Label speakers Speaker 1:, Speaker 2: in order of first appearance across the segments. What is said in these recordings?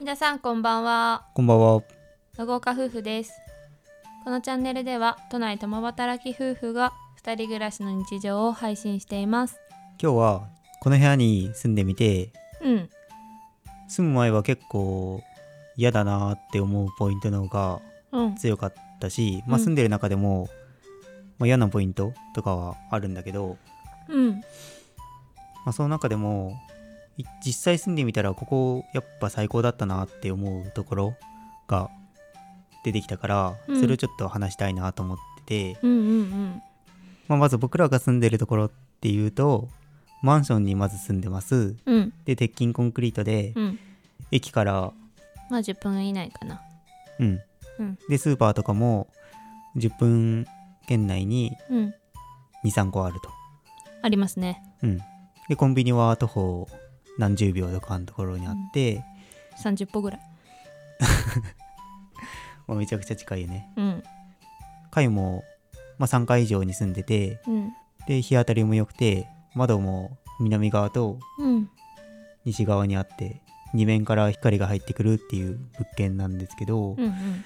Speaker 1: 皆さんこんばんは
Speaker 2: こんばんは。
Speaker 1: 長岡夫婦ですこのチャンネルでは都内共働き夫婦が二人暮らしの日常を配信しています
Speaker 2: 今日はこの部屋に住んでみて、
Speaker 1: うん
Speaker 2: 住む前は結構嫌だなーって思うポイントの方が
Speaker 1: うん
Speaker 2: 強かったし、まあ、
Speaker 1: うん
Speaker 2: 住んでる中でも、まあ、嫌なポイントとかはあるんだけど、
Speaker 1: うん
Speaker 2: まあ、その中でもい実際住んでみたらここやっぱ最高だったなって思うところが出てきたから、
Speaker 1: うん
Speaker 2: それをちょっと話したいなと思ってて、
Speaker 1: うんうん
Speaker 2: まあ、まず僕らが住んでるところっていうとマンションにまず住んでます
Speaker 1: うんうん
Speaker 2: で鉄筋コンクリートで、
Speaker 1: うん
Speaker 2: 駅から、
Speaker 1: まあ10分以内かな
Speaker 2: うん
Speaker 1: うん
Speaker 2: でスーパーとかも10分圏内に
Speaker 1: うん
Speaker 2: 23個あると、
Speaker 1: ありますね
Speaker 2: うん、でコンビニは徒歩何十秒とかのところにあって、
Speaker 1: 30歩ぐらい
Speaker 2: まあ、めちゃくちゃ近いよね
Speaker 1: うん
Speaker 2: 階も、まあ、3階以上に住んでて
Speaker 1: うん
Speaker 2: で日当たりも良くて窓も南側と
Speaker 1: うん
Speaker 2: 西側にあって2面から光が入ってくるっていう物件なんですけ
Speaker 1: う
Speaker 2: ど、
Speaker 1: んうん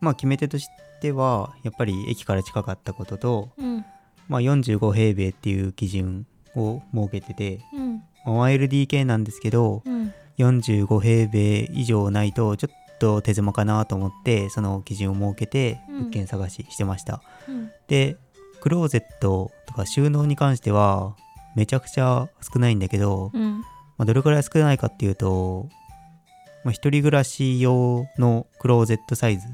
Speaker 2: まあ決め手としてはやっぱり駅から近かったことと
Speaker 1: うん
Speaker 2: まあ、45平米っていう基準を設けてて、
Speaker 1: うん
Speaker 2: まあ 1LDK なんですけど
Speaker 1: うん
Speaker 2: 45平米以上ないとちょっと手狭かなと思ってその基準を設けて
Speaker 1: うん
Speaker 2: 物件探ししてました、
Speaker 1: うん
Speaker 2: でクローゼットとか収納に関してはめちゃくちゃ少ないんだけど、
Speaker 1: うん
Speaker 2: まあ、どれくらい少ないかっていうと、まあ、一人暮らし用のクローゼットサイズ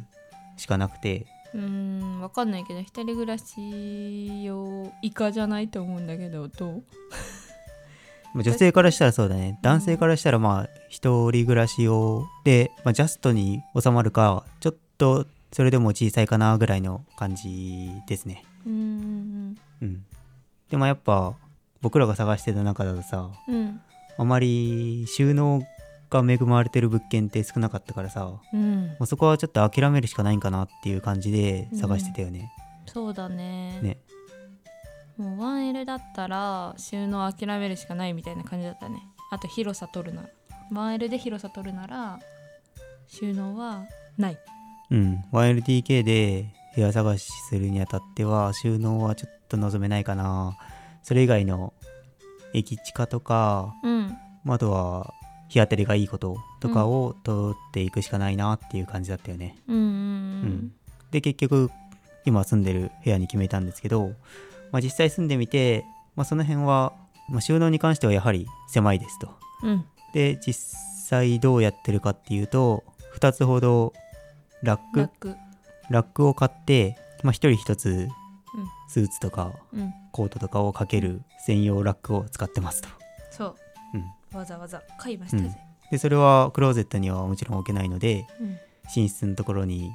Speaker 2: しかなくて
Speaker 1: うーんわかんないけど一人暮らし用以下じゃないと思うんだけどどう
Speaker 2: まあ女性からしたらそうだね男性からしたらまあ一人暮らし用で、まあ、ジャストに収まるかちょっとそれでも小さいかなぐらいの感じですね
Speaker 1: うん
Speaker 2: うんでもやっぱ僕らが探してた中だとさ
Speaker 1: うんうん
Speaker 2: あまり収納が恵まれてる物件って少なかったからさも
Speaker 1: うん
Speaker 2: うそこはちょっと諦めるしかないんかなっていう感じで探してたよね、
Speaker 1: そうだね
Speaker 2: ね
Speaker 1: もう 1L だったら収納諦めるしかないみたいな感じだったねあと広さ取るなら 1L で広さ取るなら収納はない
Speaker 2: うん、1LDK で部屋探しするにあたっては収納はちょっと望めないかなそれ以外の駅地下とか
Speaker 1: うん
Speaker 2: まああとは日当たりがいいこととかを取っていくしかないなっていう感じだったよね、
Speaker 1: うんうん
Speaker 2: う
Speaker 1: うん
Speaker 2: で結局今住んでる部屋に決めたんですけど、まあ、実際住んでみて、まあ、その辺は、まあ、収納に関してはやはり狭いですと
Speaker 1: うん
Speaker 2: で実際どうやってるかっていうと2つほどラック
Speaker 1: 楽
Speaker 2: ラックを買って、まあ、一人一つ
Speaker 1: うん
Speaker 2: スーツとか
Speaker 1: うん
Speaker 2: コートとかをかける専用ラックを使ってますと。
Speaker 1: そう
Speaker 2: うん、
Speaker 1: わざわざ買いましたぜ
Speaker 2: でそれはクローゼットにはもちろん置けないので
Speaker 1: うん
Speaker 2: 寝室のところに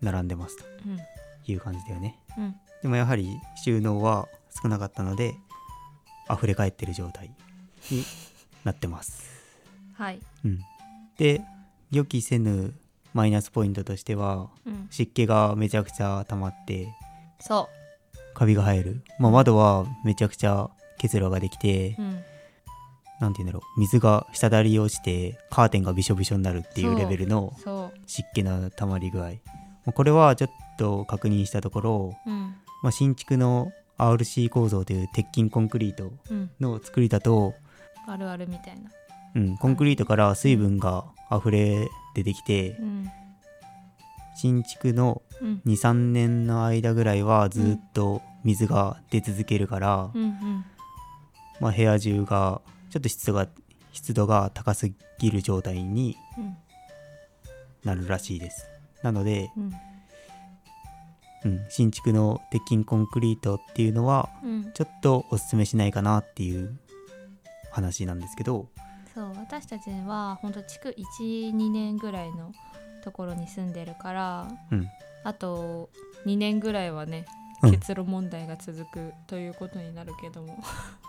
Speaker 2: 並んでますと
Speaker 1: うん
Speaker 2: いう感じだよね。
Speaker 1: うん
Speaker 2: でもやはり収納は少なかったので溢れ返ってる状態になってます。
Speaker 1: はい
Speaker 2: うん、で予期せぬマイナスポイントとしては
Speaker 1: うん
Speaker 2: 湿気がめちゃくちゃ溜まって
Speaker 1: そ
Speaker 2: カビが生える、まあ、窓はめちゃくちゃ結露ができて
Speaker 1: ううん
Speaker 2: 何て言うんだろう水が滴り落ちてカーテンがびしょびしょになるっていうレベルの
Speaker 1: そ
Speaker 2: 湿気の溜まり具合まあこれはちょっと確認したところ、
Speaker 1: ううん
Speaker 2: まあ、新築の RC 構造という鉄筋コンクリート
Speaker 1: うん
Speaker 2: の作りだと、
Speaker 1: あるあるみたいな
Speaker 2: うん、コンクリートから水分が溢れ出てきて
Speaker 1: うん
Speaker 2: 新築の
Speaker 1: うん
Speaker 2: 23年の間ぐらいはずっと水が出続けるから、
Speaker 1: うんうん
Speaker 2: まあ、部屋中がちょっと湿度が湿度が高すぎる状態に
Speaker 1: うん
Speaker 2: なるらしいですなので、
Speaker 1: うん
Speaker 2: うん、新築の鉄筋コンクリートっていうのは
Speaker 1: うん
Speaker 2: ちょっとおすすめしないかなっていう話なんですけど
Speaker 1: そう私たちは本当築12年ぐらいのところに住んでるから
Speaker 2: うん
Speaker 1: あと2年ぐらいはね
Speaker 2: うん
Speaker 1: 結露問題が続くということになるけ ども、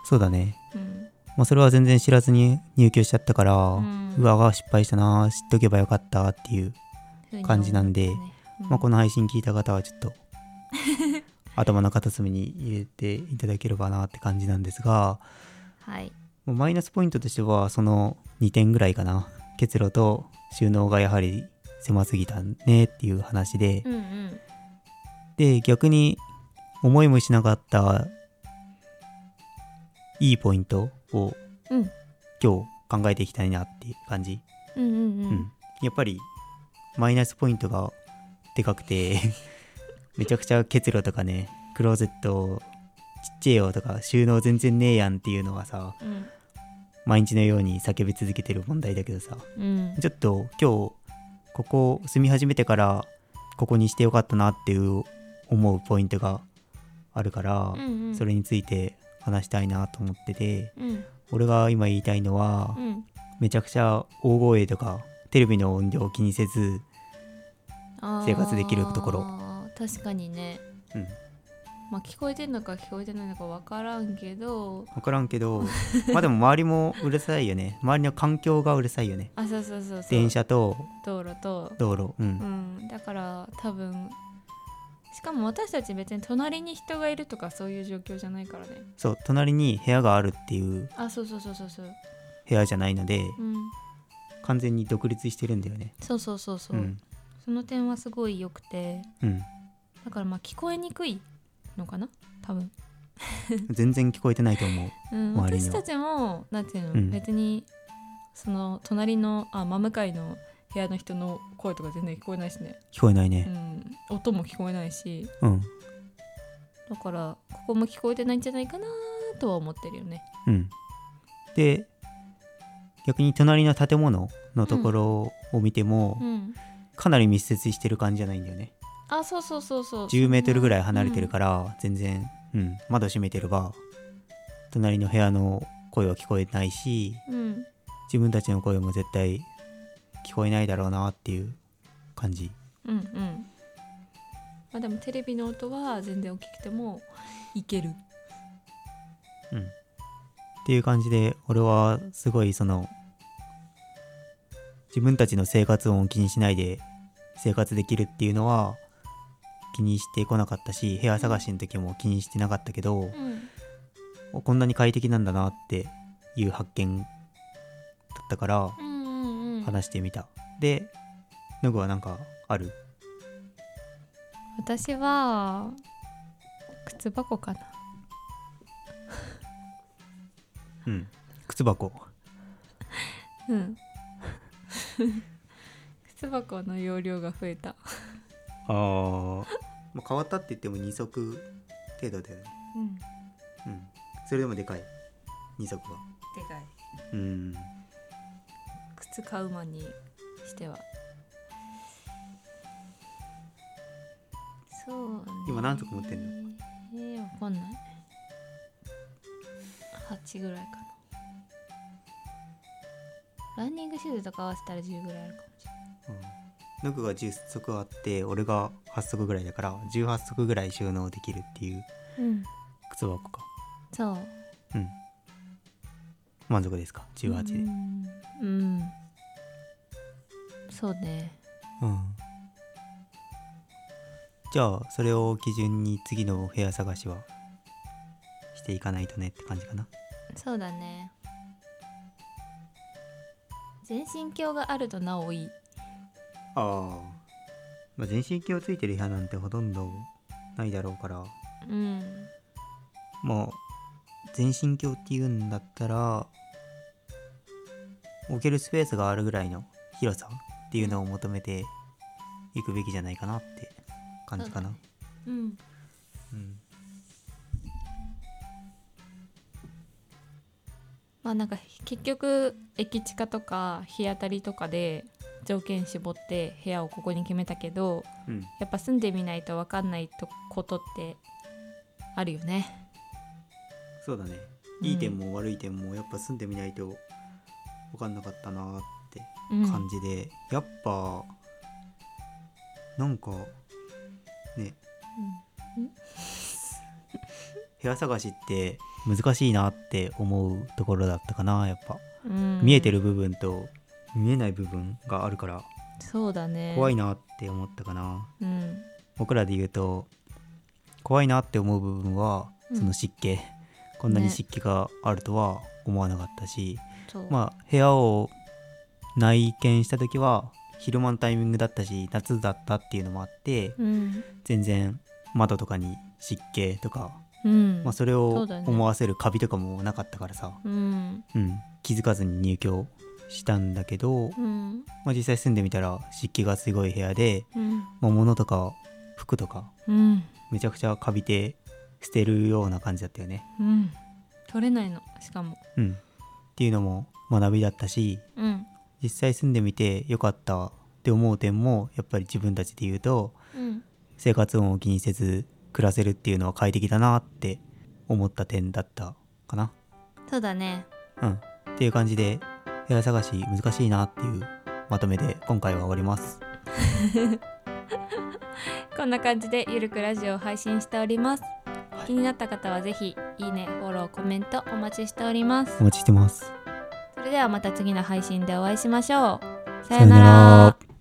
Speaker 2: そうだね、
Speaker 1: うん
Speaker 2: まあ、それは全然知らずに入居しちゃったから、
Speaker 1: う
Speaker 2: うんわが失敗したな知っとけばよかったって
Speaker 1: ふうに思
Speaker 2: いう、
Speaker 1: いますね
Speaker 2: 感じなんで
Speaker 1: うん
Speaker 2: まあ、この配信聞いた方はちょっと頭の片隅に入れていただければなって感じなんですが
Speaker 1: はい
Speaker 2: もうマイナスポイントとしてはその2点ぐらいかな結露と収納がやはり狭すぎたねっていう話で、
Speaker 1: うんうん
Speaker 2: で逆に思いもしなかったいいポイントを
Speaker 1: うん
Speaker 2: 今日考えていきたいなっていう感じ、
Speaker 1: うんうん
Speaker 2: う
Speaker 1: うん
Speaker 2: ん、やっぱりマイナスポイントがでかくて めちゃくちゃ結露とかねクローゼットちっちゃいよとか収納全然ねえやんっていうのはさ
Speaker 1: うん
Speaker 2: 毎日のように叫び続けてる問題だけどさ
Speaker 1: うん
Speaker 2: ちょっと今日ここ住み始めてからここにしてよかったなっていう思うポイントがあるから、
Speaker 1: うん
Speaker 2: それについて話したいなと思ってて
Speaker 1: うん
Speaker 2: 俺が今言いたいのは、
Speaker 1: うん
Speaker 2: めちゃくちゃ大声とかテレビの音量を気にせず、生活できるところ
Speaker 1: あー確かにね
Speaker 2: うん、
Speaker 1: まあ聞こえてんのか聞こえてないのか分からんけど
Speaker 2: 分からんけどまあでも周りもうるさいよね周りの環境がうるさいよね
Speaker 1: あそうそうそうそう
Speaker 2: 電車と
Speaker 1: 道路と
Speaker 2: 道路うん、
Speaker 1: うんだから多分しかも私たち別に隣に人がいるとかそういう状況じゃないからね
Speaker 2: そう隣に部屋があるっていう
Speaker 1: あそうそうそうそうそう
Speaker 2: 部屋じゃないので
Speaker 1: うん
Speaker 2: 完全に独立してるんだよね
Speaker 1: そうそうそうそう、
Speaker 2: うん
Speaker 1: その点はすごい良くて
Speaker 2: うん
Speaker 1: だからまあ聞こえにくいのかな多分、
Speaker 2: 全然聞こえてないと思う
Speaker 1: うん、
Speaker 2: 周りに
Speaker 1: 私
Speaker 2: は
Speaker 1: たちもなんていうの、
Speaker 2: うん
Speaker 1: 別にその隣のあ真向かいの部屋の人の声とか全然聞こえないしね、
Speaker 2: 聞こえないうね
Speaker 1: ん、音も聞こえないし
Speaker 2: うん、
Speaker 1: だからここも聞こえてないんじゃないかなとは思ってるよね
Speaker 2: うん、で逆に隣の建物のところを見ても、
Speaker 1: うん
Speaker 2: かなり密接してる感じじゃないんだよね
Speaker 1: あそうそうそうそう
Speaker 2: 10メートルぐらい離れてる
Speaker 1: ら、
Speaker 2: から全然、うん、窓閉めてれば隣の部屋の声は聞こえないし
Speaker 1: うんうん
Speaker 2: 自分たちの声も絶対聞こえないだろうなっていう感じ
Speaker 1: うんうんまあでもテレビの音は全然大きくてもいける
Speaker 2: っていう感じで俺はすごいその自分たちの生活音を気にしないで生活できるっていうのは気にしてこなかったし部屋探しの時も気にしてなかったけど
Speaker 1: うん
Speaker 2: こんなに快適なんだなっていう発見だったから
Speaker 1: うんうんうん
Speaker 2: 話してみた。で、ノグはなんかある
Speaker 1: 私は靴箱かな
Speaker 2: うん。靴箱。
Speaker 1: うん 靴箱の容量が増えた
Speaker 2: ああ。まあ、変わったって言っても2足程度だよね。
Speaker 1: うんで
Speaker 2: うん。それでもでかい。2足は。
Speaker 1: かい
Speaker 2: うん。
Speaker 1: 靴買うマンにしてはそうね
Speaker 2: 今何足持ってん
Speaker 1: のえー、わかんない8ぐらいかなランニングシューズとか合わせたら10ぐらいあるかもしれない
Speaker 2: ノグが10足あって、俺が8足ぐらいだから、18足ぐらい収納できるっていう
Speaker 1: うん
Speaker 2: 靴箱か。
Speaker 1: そう
Speaker 2: うん。満足ですか ?18 で。
Speaker 1: うん、うん、そうね
Speaker 2: うん。じゃあそれを基準に次の部屋探しはしていかないとねって感じかな。
Speaker 1: そうだね全身鏡があるとなおいい
Speaker 2: ああ。まあ、全身鏡ついてる部屋なんてほとんどないだろうから、
Speaker 1: うん
Speaker 2: まあ、全身鏡っていうんだったら、置けるスペースがあるぐらいの広さっていうのを求めていくべきじゃないかなって感じかな。
Speaker 1: うん
Speaker 2: うん。
Speaker 1: まあなんか結局駅地下とか日当たりとかで条件絞って部屋をここに決めたけど
Speaker 2: うん。
Speaker 1: やっぱ住んでみないと分かんないとことってあるよね。
Speaker 2: そうだね
Speaker 1: うん
Speaker 2: いい点も悪い点もやっぱ住んでみないと分かんなかったなーって
Speaker 1: うん、
Speaker 2: 感じで、やっぱなんかね部屋探しって難しいなって思うところだったかなやっぱ、
Speaker 1: うん
Speaker 2: 見えてる部分と見えない部分があるから
Speaker 1: そうだね
Speaker 2: 怖いなって思ったかな、
Speaker 1: うん
Speaker 2: 僕らで言うと怖いなって思う部分は
Speaker 1: うん
Speaker 2: その湿気、こんなに
Speaker 1: ね
Speaker 2: 湿気があるとは思わなかったし、
Speaker 1: そう、
Speaker 2: まあ部屋を内見した時は昼間のタイミングだったし夏だったっていうのもあって
Speaker 1: うん
Speaker 2: 全然窓とかに湿気とか、
Speaker 1: うん
Speaker 2: まあ、それ
Speaker 1: そ
Speaker 2: を
Speaker 1: うだね
Speaker 2: 思わせるカビとかもなかったからさ、
Speaker 1: うん
Speaker 2: うん、気づかずに入居したんだけど、
Speaker 1: うん
Speaker 2: まあ、実際住んでみたら湿気がすごい部屋で、
Speaker 1: うん
Speaker 2: まあ、物とか服とか
Speaker 1: うん
Speaker 2: めちゃくちゃカビて捨てるような感じだったよね。
Speaker 1: うん取れないのしかも
Speaker 2: うん、っていうのも学びだったし
Speaker 1: うん
Speaker 2: 実際住んでみてよかったって思う点もやっぱり自分たちで言うと
Speaker 1: うん
Speaker 2: 生活音を気にせず暮らせるっていうのは快適だなって思った点だったかな。
Speaker 1: そうだね
Speaker 2: うん、っていう感じで部屋探し難しいなっていうまとめで今回は終わります。
Speaker 1: こんな感じでゆるくラジオを配信しております
Speaker 2: い
Speaker 1: 気になった方はぜひいいねフォローコメントお待ちしております
Speaker 2: お待ちしてます。
Speaker 1: それではまた次の配信でお会いしましょうさ
Speaker 2: さよ
Speaker 1: よ
Speaker 2: な
Speaker 1: な
Speaker 2: ら
Speaker 1: ら